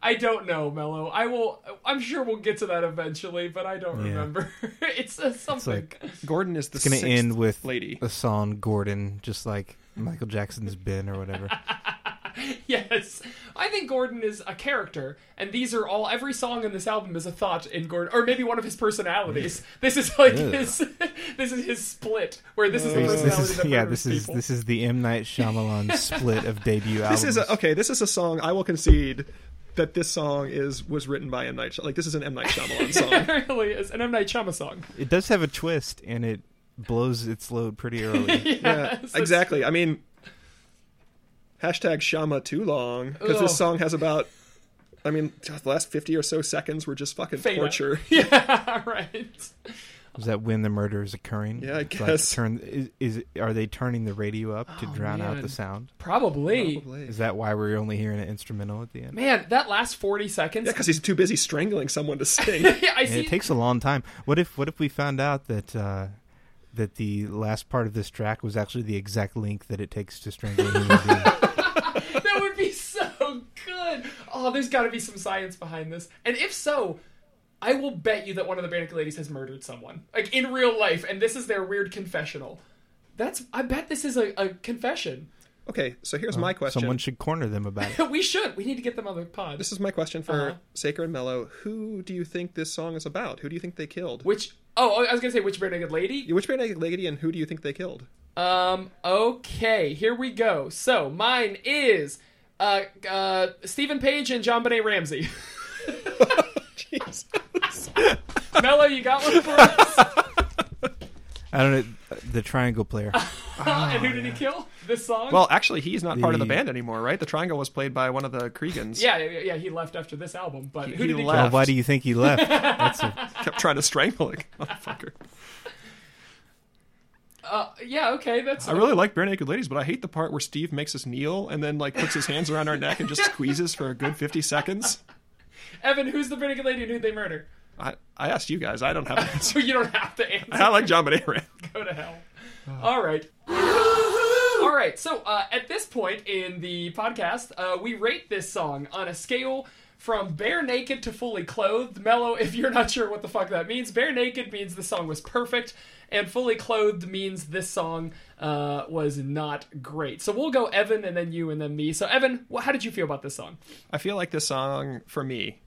I don't know, Mello. I will I'm sure we'll get to that eventually, but I don't
Yeah.
remember. it's uh, something.
like-
Gordon is the
it's gonna
sixth
end with
lady.
a song gordon just like michael jackson's bin or whatever
yes. I think Gordon is a character, and these are all every song on this album is a thought in Gordon or maybe one of his personalities. This is like
Ugh.
his this is his split, where this is the
This,
personality
this is,
that
yeah,
murders
this is
people.
this is the M Night Shyamalan split of debut albums.
This is a, okay. This is a song I will concede that this song is was written by M Night. Shy- Like this is an M Night Shyamalan song.
It really is an M Night Shyamalan song.
It does have a twist, and it blows its load pretty early.
yeah,
Yes,
exactly. I mean, hashtag Shama too long because
Ugh.
this song has about. I mean, just the last fifty or so seconds were just fucking
Fade out.
torture.
Yeah, right.
is that when the murder is occurring?
Yeah, I
It's
guess.
turn is, is are they turning the radio up to drown out
Oh, man.
the sound?
Probably.
Probably.
Is that why we're only hearing an instrumental at the end?
Man, that last forty seconds.
Yeah, because he's too busy strangling someone to sing.
Yeah, I
And
see.
it takes a long time. What if what if we found out that uh, that the last part of this track was actually the exact length that it takes to strangle a human being?
that would be so good. Oh, there's got to be some science behind this. And if so, I will bet you that one of the Bannock ladies has murdered someone, like in real life, and this is their weird confessional. That's. I bet this is a, a confession.
okay, so here's my question.
Someone should corner them about it.
We should. We need to get them on the pod.
This is my question for
Uh-huh.
Saker and Mello. Who do you think this song is about? Who do you think they killed?
Which? Oh, I was gonna say which bare naked lady.
Which bare naked lady and who do you think they killed?
Um. Okay. Here we go. So mine is, uh, uh, Stephen Page and John Benet Ramsey.
Jeez.
Mello, you got one for us.
I don't know the triangle player.
and who did he kill? This song.
Well, actually, he's not part of the
The-
band anymore, right? The triangle was played by one of the Kriegans.
Yeah, yeah, yeah. He left after this album, but who
he
did he
left.
Well, why do you think he left? That's a,
kept trying to strangle it. Motherfucker.
kill? Yeah, okay, that's
I really like Bare Naked Ladies, but I hate the part where Steve makes us kneel and then like puts his hands around our neck and just squeezes for a good fifty seconds.
Evan. Who's the Dominican lady and who they murder?
I, I asked you guys. I don't have an
So
answer.
you don't have to answer.
I like John Bonet.
Go to hell. All right. All right. So uh, at this point in the podcast, uh, we rate this song on a scale from bare naked to fully clothed. Mellow, if you're not sure what the fuck that means, bare naked means the song was perfect, and fully clothed means this song uh, was not great. So we'll go Evan and then you and then me. So Evan, wh- how did you feel about this song?
I feel like this song for me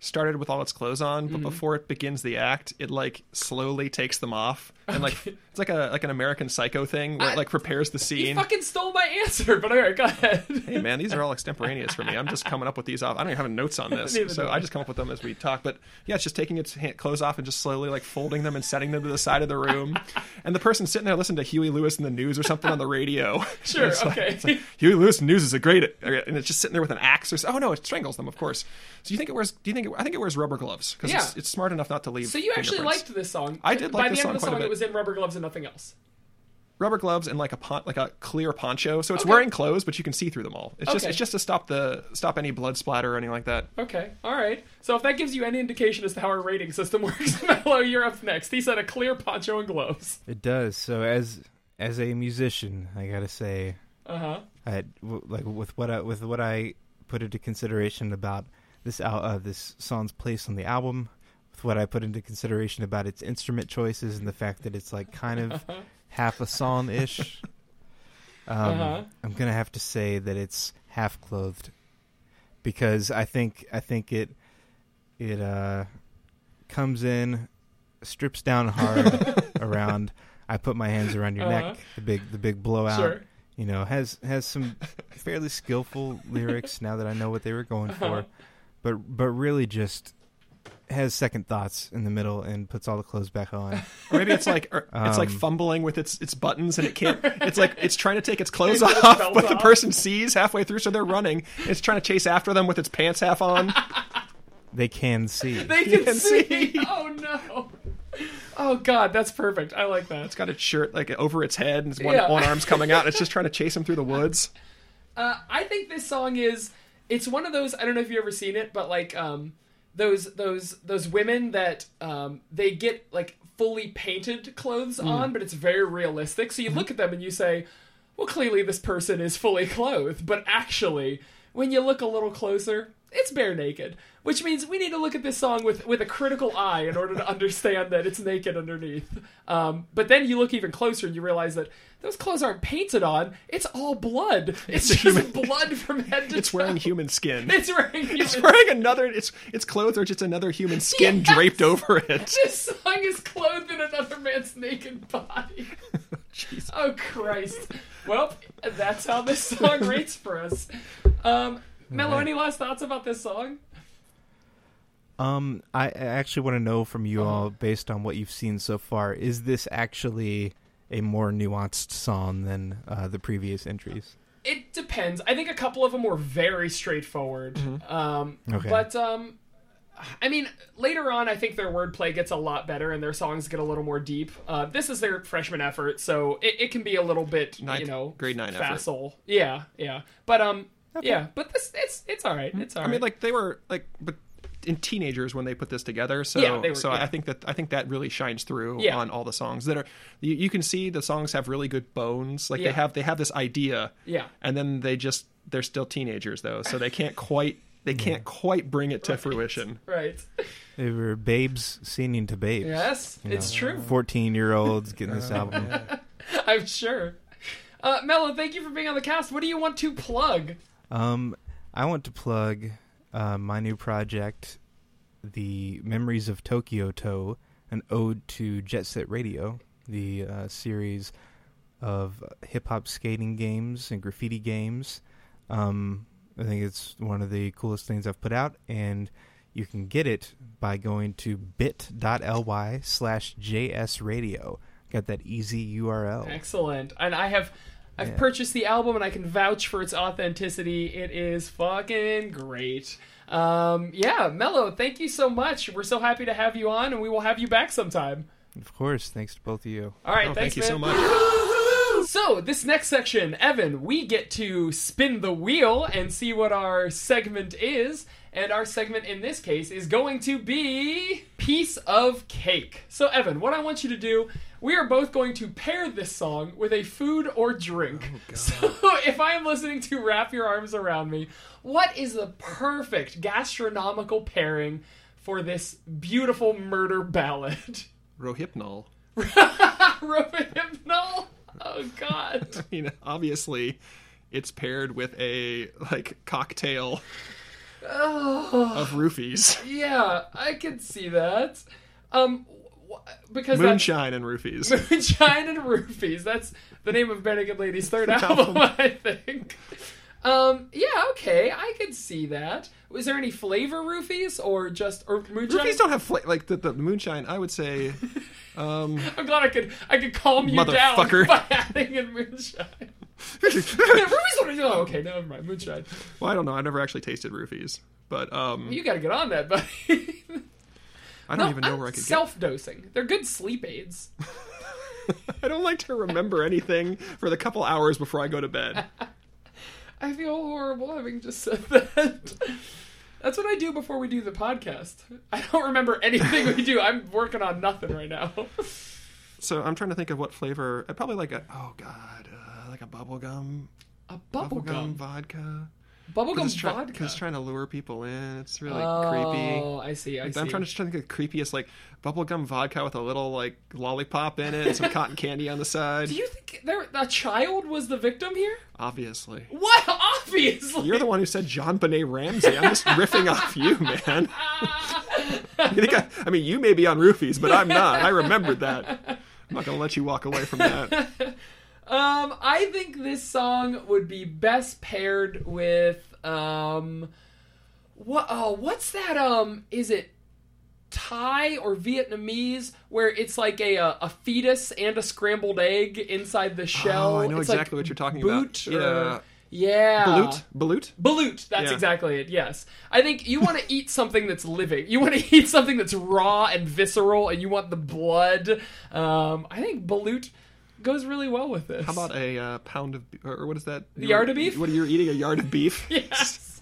started with all its clothes on,
Mm-hmm.
but before it begins the act, it like slowly takes them off and like it's like a like an American Psycho thing where
I-
it like prepares the
You
scene.
fucking stole my answer, but all right, go ahead.
Hey man, these are all extemporaneous for me. I'm just coming up with these off. I don't even have notes on this,
Neither do
so
I.
I just come up with them as we talk. But yeah, it's just taking its hand, clothes off and just slowly like folding them and setting them to the side of the room. And the person sitting there listening to Huey Lewis in the news or something on the radio.
Sure,
It's like-
okay.
it's like, Huey Lewis news is a great, uh, and it's just sitting there with an axe or so. Oh no, it strangles them, of course. So you think it wears? Do you think it? I think it wears rubber gloves because it's,
Yeah.
it's smart enough not to leave.
So you actually
fingerprints.
liked this song.
I did like
By
this
the end of
song
the
quite a
song, it
bit.
was in rubber gloves and nothing else.
rubber gloves and like a pon- like a clear poncho. So it's
Okay.
wearing clothes, but you can see through them all. It's just
Okay.
it's just to stop the stop any blood splatter or anything like that.
Okay, all right. So if that gives you any indication as to how our rating system works, Mello, you're up next. He said a clear poncho and gloves.
it does. So as as a musician, I gotta say,
Uh huh.
I, w- like with what I with what I put into consideration about this al- uh, this song's place on the album, with what I put into consideration about its instrument choices and the fact that it's like kind of half a song ish. Um,
Uh-huh.
I'm gonna have to say that it's half clothed because I think I think it it uh, comes in, strips down hard around. I put my hands around your
Uh-huh.
neck. The big the big blowout
Sure.
you know, has has some fairly skillful lyrics now that I know what they were going for,
Uh-huh.
but but really just has second thoughts in the middle and puts all the clothes back on.
Or maybe it's like or it's like
Um,
fumbling with its its buttons and it can't. It's like it's trying to take its clothes
Takes
off,
its belt
but the
off.
person sees halfway through, so they're running. It's trying to chase after them with its pants half on.
They can see.
They can,
can
see.
see.
Oh no. Oh god, that's perfect. I like that.
It's got its shirt like over its head, and its one
Yeah.
one arm's coming out. and It's just trying to chase him through the woods.
Uh, I think this song is it's one of those I don't know if you've ever seen it, but like um those those those women that um they get like fully painted clothes on, but it's very realistic. So you look at them and you say, Well clearly this person is fully clothed, but actually when you look a little closer, it's bare naked, which means we need to look at this song with, with a critical eye in order to understand that it's naked underneath. Um, but then you look even closer and you realize that those clothes aren't painted on; it's all blood. It's, just blood from head to
It's wearing human skin.
It's wearing. Human
It's wearing another. It's its clothes are just another human skin
Yes.
draped over it.
This song is clothed in another man's naked body. Oh Christ! Well, that's how this song rates for us. Um, Mello, any last thoughts about this song?
Um, I I actually want to know from you
Uh-huh.
all, based on what you've seen so far, is this actually a more nuanced song than uh, the previous entries?
It depends. I think a couple of them were very straightforward. Um,
Okay.
But um, I mean, later on, I think their wordplay gets a lot better and their songs get a little more deep. Uh, this is their freshman effort, so it, it can be a little bit,
Ninth-
you know,
grade nine effort.
facile. Yeah, yeah. But um, yeah. But this, it's it's all right. It's all
I
right.
mean, like they were like, but in teenagers when they put this together. So
Yeah, they were-
so
yeah.
I think that I think that really shines through
Yeah.
on all the songs that are. You, you can see the songs have really good bones. Like
Yeah.
they have they have this idea.
Yeah.
And then they just they're still teenagers though, so they can't quite they can't quite bring it to fruition.
right.
They were babes singing to babes.
Yes, it's true. Uh-huh.
Fourteen-year-olds getting this album.
I'm sure. Uh, Mello, thank you for being on the cast. What do you want to plug?
Um, I want to plug uh, my new project, the Memories of Tokyo To, an ode to Jet Set Radio, the uh, series of hip hop skating games and graffiti games. Um, I think it's one of the coolest things I've put out, and you can get it by going to bit.ly slash jsradio. Got that easy URL.
Excellent. And I have I've
Yeah.
purchased the album and I can vouch for its authenticity. It is fucking great. Um, yeah, Mello, thank you so much. We're so happy to have you on and we will have you back sometime.
Of course, thanks to both of you.
All right,
Oh,
thanks,
thank you
man.
so much.
So, this next section, Evan, we get to spin the wheel and see what our segment is. And our segment in this case is going to be Piece of Cake. So, Evan, what I want you to do, we are both going to pair this song with a food or drink. so, if I am listening to Wrap Your Arms Around Me, what is the perfect gastronomical pairing for this beautiful murder ballad?
Rohypnol.
Rohypnol? Oh, God.
I mean, obviously, it's paired with a like cocktail
Oh.
of roofies,
Yeah, I could see that. Um, wh- because
moonshine and roofies.
That, moonshine and roofies. That's the name of Bennigan Lady's third album, I think. Um, yeah, okay, I could see that. Was there any flavor roofies or just or moonshine?
Roofies don't have fla- like the, the moonshine. I would say um,
I'm glad I could I could calm you down
Motherfucker.
by adding in moonshine. Yeah, roofies don't. Oh, okay, never mind. Moonshine.
Well, I don't know. I've never actually tasted roofies, but um,
You got to get on that, buddy.
I don't even know where I could
Self-dosing. They're good sleep aids.
get. I don't like to remember anything for the couple hours before I go to bed.
I feel horrible having just said that. That's what I do before we do the podcast. I don't remember anything we do. I'm working on nothing right now.
So I'm trying to think of what flavor. uh, Probably like a oh god, uh, like a bubblegum
A bubblegum.
bubblegum vodka.
Bubblegum
It's try-
vodka.
It's trying to lure people in. It's really creepy.
oh, I see. I see.
I'm trying to trying to think of the creepiest like bubblegum vodka with a little like lollipop in it, some cotton candy on the side.
Do you think there a child was the victim here?
Obviously.
What? Obviously.
You're the one who said John Benet Ramsey. I'm just riffing off you, man. You think I, I mean, you may be on roofies, but I'm not. I remembered that. I'm not going to let you walk away from that.
Um, I think this song would be best paired with um, what? Oh, what's that? Um, is it Thai or Vietnamese? Where it's like a a, a fetus and a scrambled egg inside the shell.
Oh, I know
It's
exactly
like
what you're talking
boot
about.
Or,
Yeah.
yeah,
Balut? Balut?
Balut, that's
Yeah.
exactly it, yes. I think you want to eat something that's living. You want to eat something that's raw and visceral, and you want the blood. Um, I think balut goes really well with this.
How about a uh, pound of, or what is that?
yard of beef?
What are you eating? A yard of beef?
Yes.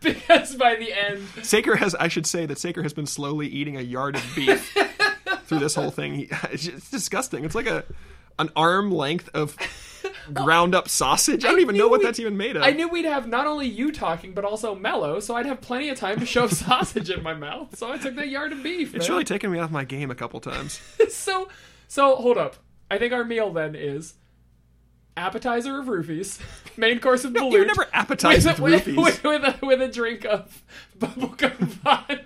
Because by the end,
Saker has, I should say that Saker has been slowly eating a yard of beef through this whole thing. He- It's just disgusting. It's like a an arm length of ground up sausage. I don't
I
even know
knew
what
we-
that's even made of.
I knew we'd have not only you talking, but also Mellow, so I'd have plenty of time to shove sausage in my mouth. So I took that yard of beef.
It's
man.
really taken me off my game a couple times.
so so hold up. I think our meal then is appetizer of roofies, main course of balut.
You're never appetized with
with,
roofies.
With, with, a, with a drink of bubblegum vodka.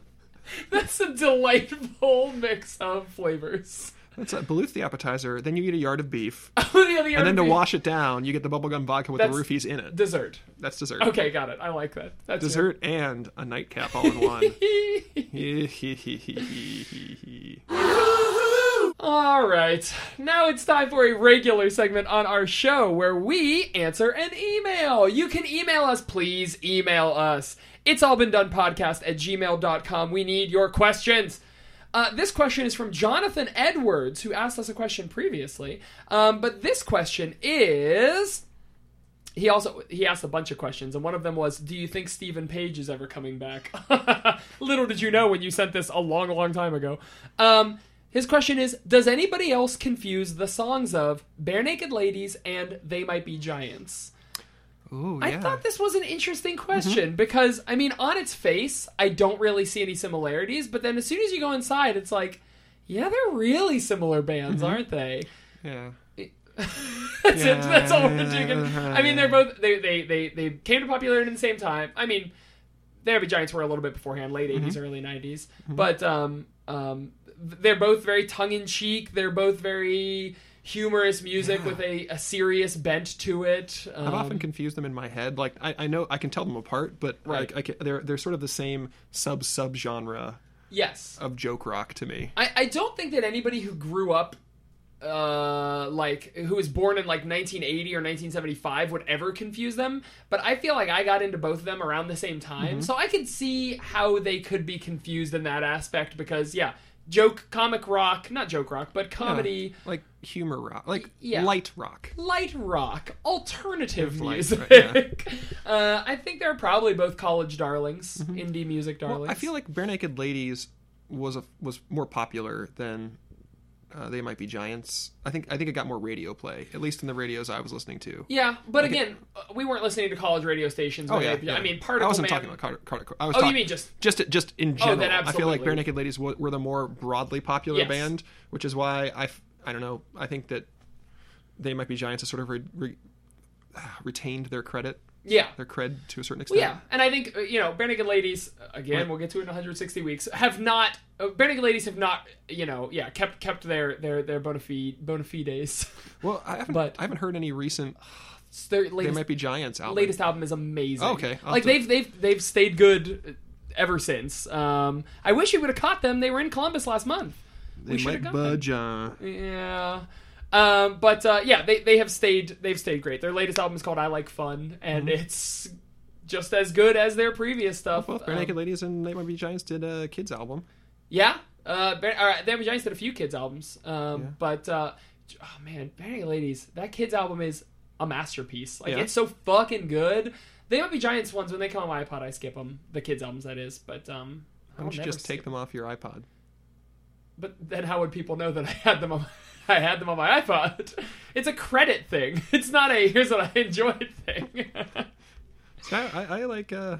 That's a delightful mix of flavors.
That's a Baluth the appetizer. Then you eat a yard of beef,
The other
and then to
RV
wash it down, you get the bubblegum vodka with the
That's-
roofies in it.
dessert.
That's dessert.
Okay, got it. I like that. That's it.
Dessert and a nightcap all in one. That's
All right. Now it's time for a regular segment on our show where we answer an email. You can email us, please email us. It's all been done podcast at gmail.com. We need your questions. Uh, this question is from Jonathan Edwards, who asked us a question previously. Um, but this question is he also he asked a bunch of questions and one of them was do you think stephen page is ever coming back little did you know when you sent this a long long time ago um, his question is does anybody else confuse the songs of bare naked ladies and they might be giants I thought this was an interesting question because, I mean, on its face, I don't really see any similarities, but then as soon as you go inside, it's like, yeah, they're really similar bands, aren't they?
yeah.
That's it. That's all we're doing. I mean, they're both they they they they came to popularity at the same time. I mean, the Heavy Giants were a little bit beforehand, late
Mm-hmm.
'80s, early '90s, but um um they're both very tongue in cheek. They're both very humorous music with a, a serious bent to it. Um,
I've often confused them in my head. Like I, I know I can tell them apart, but
Right.
like I can, they're they're sort of the same sub sub genre
yes,
of joke rock to me.
I, I don't think that anybody who grew up uh like who was born in like 1980 or 1975 would ever confuse them but i feel like i got into both of them around the same time
Mm-hmm.
so i could see how they could be confused in that aspect because yeah joke comic rock not joke rock but comedy
Like humor rock, like
Yeah.
light rock.
light rock alternative
Light,
music
right,
uh i think they're probably both college darlings indie music darlings
Mm-hmm. I feel like Bare Naked Ladies was a, was more popular than uh, They Might Be Giants. I think I think it got more radio play, at least in the radios I was listening to.
yeah but again uh, we weren't listening to college radio stations
Oh
when
yeah,
they-
yeah.
i mean part
I
of
wasn't
man,
talking about Carter. Carter I was
Oh, you
talking,
mean just- Oh,
just just in general?
then
I feel like Bare
absolutely.
Naked Ladies wa- were the more broadly popular
Yes.
band, which is why I f- I don't know. I think that They Might Be Giants has sort of re- re- ah, retained their credit,
yeah
their cred to a certain extent.
Well, yeah, and I think uh, you know, Bare Naked Ladies uh, again. We'll get to it in 160 weeks. Have not uh, Bare Naked Ladies have not you know yeah kept kept their their their bona fide bona fides.
Well, I haven't
But-
I haven't heard any recent
It's their
They
latest
Might Be Giants album.
latest album is amazing.
Okay, I'll
like
have
they've they've they've stayed good uh, ever since. Um, I wish we would have caught them. They were in Columbus last month.
They
we should've got
Might
them.
Budge. uh,
Yeah. Um, but uh, yeah, they, they have stayed they've stayed great. Their latest album is called I Like Fun, and
Mm-hmm.
it's just as good as their previous stuff.
Both Bare
Um,
Naked Ladies and They Might Be Giants did a kids album.
Yeah. Uh, Bar- all right. Then Giants did a few kids albums. Um, but uh, j- oh man, Barry Ladies, that kids album is a masterpiece. Like
Yeah.
it's so fucking good. They might be Giants ones when they come on my iPod. I skip them. The kids albums, that is. But um,
Why don't you just take them off your iPod?
But then how would people know that I had them on? My, I had them on my iPod. It's a credit thing. It's not a here's what I enjoyed thing.
I, I, I like uh,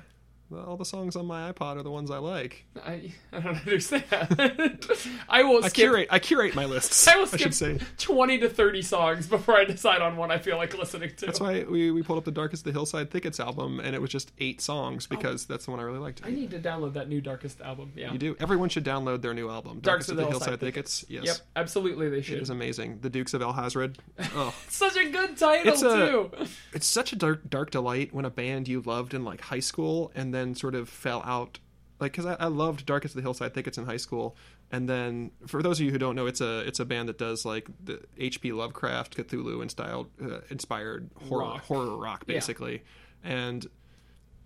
all the songs on my iPod are the ones I like.
I, I don't understand. I will
I
skip
curate I curate my lists.
I will
I should
skip
say.
20 to 30 songs before I decide on one I feel like listening to.
That's why we, we pulled up the Darkest the Hillside Thickets album, and it was just eight songs because that's the one I really liked.
Oh. I need to download that new Darkest album. Yeah.
You do. Everyone should download their new album, Darkest, of the Hillside, Thickets. Yes,
Yep, absolutely they
it
should.
is amazing. The Dukes of El Hazred. Oh,
Such a good title,
It's a-
too.
it's such a dark dark delight when a band you loved in like high school and then sort of fell out like because I, I loved darkest of the hillside thickets in high school and then for those of you who don't know it's a it's a band that does like the hp lovecraft cthulhu and style uh, inspired horror
Rock.
horror rock basically and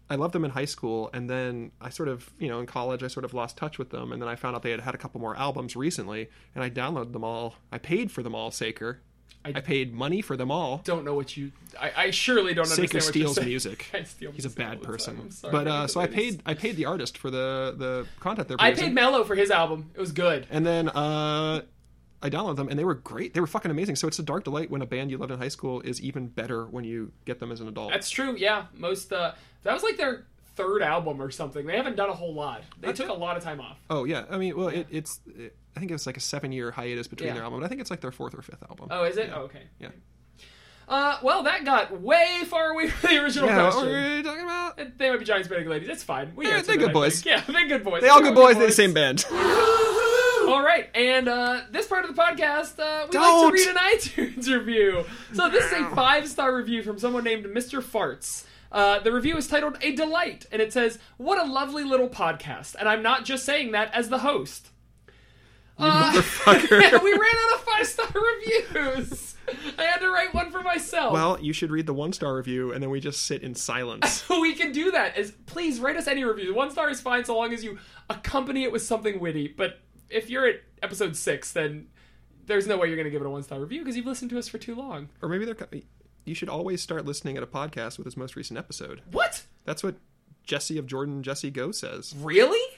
I loved them in high school, and then I sort of, you know, in college, I sort of lost touch with them, and then I found out they had had a couple more albums recently, and I downloaded them all. I paid for them all, Saker.
I-
I, paid money for them all.
Don't know what you. I, I surely don't
Saker
understand what you're
steals
saying.
music.
I steal
He's a
music all
bad
the time. I'm
person.
sorry.
But uh, so I
Please.
paid I paid the artist for the the content they're
I
producing.
paid Mello for his album. It was good.
and then uh, I downloaded them and they were great. They were fucking amazing. So it's a dark delight when a band you loved in high school is even better when you get them as an adult.
That's true. Yeah, most uh, that was like their third album or something. They haven't done a whole lot. They took a lot of time off.
oh yeah, I mean, well, it, it's it, I think it was like a seven year hiatus between
Yeah.
their album. But I think it's like their fourth or fifth album.
Oh, is it? Oh, okay.
yeah.
Uh, well, that got way far away from the original
Yeah, oh, what
question.
were you talking about?
They might be Giants Betting Ladies. It's fine. We
They're-
answered
they're
it,
good
I
boys.
think. Yeah, they're good boys.
They all good boys. They're the same band.
All right, and uh, this part of the podcast, uh, we
Don't.
like to read an iTunes review. So this is a five-star review from someone named Mr. Farts. Uh, the review is titled "A Delight," and it says, "What a lovely little podcast!" And I'm not just saying that as the host. Uh, we ran out of five-star reviews. I had to write one for myself.
Well, you should read the one star review and then we just sit in silence.
we can do that. Is please rate us any review. One star is fine so long as you accompany it with something witty. But if you're at episode six, then there's no way you're going to give it a one star review because you've listened to us for too long.
or maybe they're. co- You should always start listening at a podcast with his most recent episode.
What?
That's what Jesse of Jordan Jesse Go says.
Really?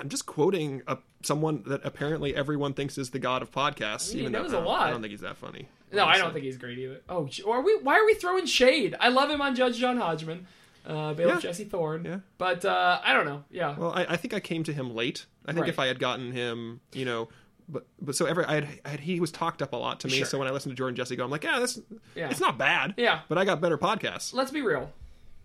I'm just quoting a, someone that apparently everyone thinks is the god of podcasts.
He
even
knows
though,
a lot.
I don't think he's that funny.
No, I don't think he's great either. Oh, j- are we? Why are we throwing shade? I love him on Judge John Hodgman, uh, Bailiff
Yeah.
Jesse Thorne.
Yeah.
But uh, I don't know. Yeah.
Well, I, I think I came to him late. I think
Right.
if I had gotten him, you know, but but so every I had, I had he was talked up a lot to me.
Sure.
So when I listened to Jordan Jesse Go, I'm like, yeah, that's
Yeah.
it's not bad.
Yeah.
but I got better podcasts.
let's be real.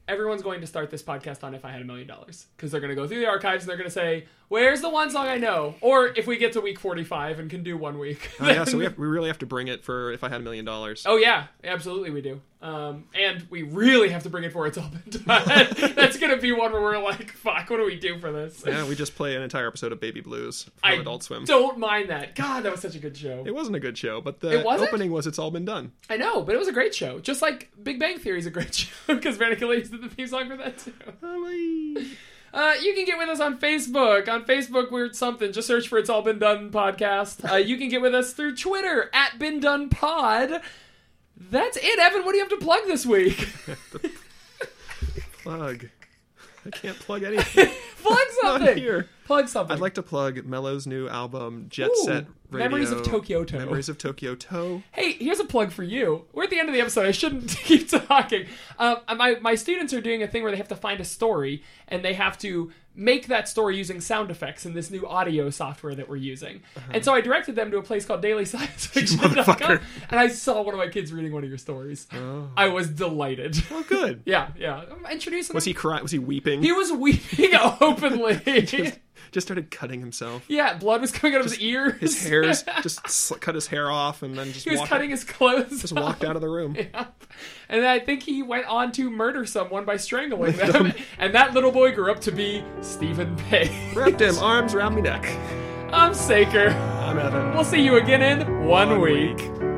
Everyone's going to start this podcast on if I had a million dollars because they're going to go through the archives and they're going to say, "Where's the one song I know?" Or if we get to week forty-five and can do one week,
Oh, yeah, so
then-
we have, we really have to bring it for if I had a million dollars.
Oh yeah, absolutely we do. Um, and we really have to bring it for its open time. That's going to be one where we're like, "Fuck, what do we do for this?"
Yeah, we just play an entire episode of Baby Blues from
I
Adult Swim.
don't mind that. God, that was such a good show.
It wasn't a good show, but the
It wasn't?
opening was "It's All Been Done."
I know, but it was a great show. Just like Big Bang Theory is a great show because Veronica Ladies did the theme song for that too. Uh, you can get with us on Facebook. On Facebook, we're something. Just search for It's All Been Done podcast. Uh, you can get with us through Twitter at Been Done Pod. That's it, Evan. What do you have to plug this week?
Plug. I can't plug anything
plug
on
something.
here.
Plug something.
I'd like to plug Mello's new album, Jet
Ooh,
Set Radio.
Memories of Tokyo Toe.
Memories of Tokyo Toe.
Hey, here's a plug for you. We're at the end of the episode. I shouldn't keep talking. Um, my, my students are doing a thing where they have to find a story and they have to make that story using sound effects in this new audio software that we're using. And so I directed them to a place called DailyScienceFiction.com,
Uh-huh. Motherfucker.
and I saw one of my kids reading one of your stories. I was delighted.
Oh, good.
yeah, yeah. I'm introducing.
Was he
them.
crying? Was he weeping?
He was weeping openly.
just, just started cutting himself.
yeah, blood was coming out of his ears.
His hairs just sl- cut his hair off, and then just
he was
walked,
cutting his clothes.
just walked out of the room.
And I think he went on to murder someone by strangling them. and that little boy grew up to be Stephen Pay.
Wrapped him, arms around me neck.
I'm Saker.
I'm Evan.
We'll see you again in one,
One
week.
week.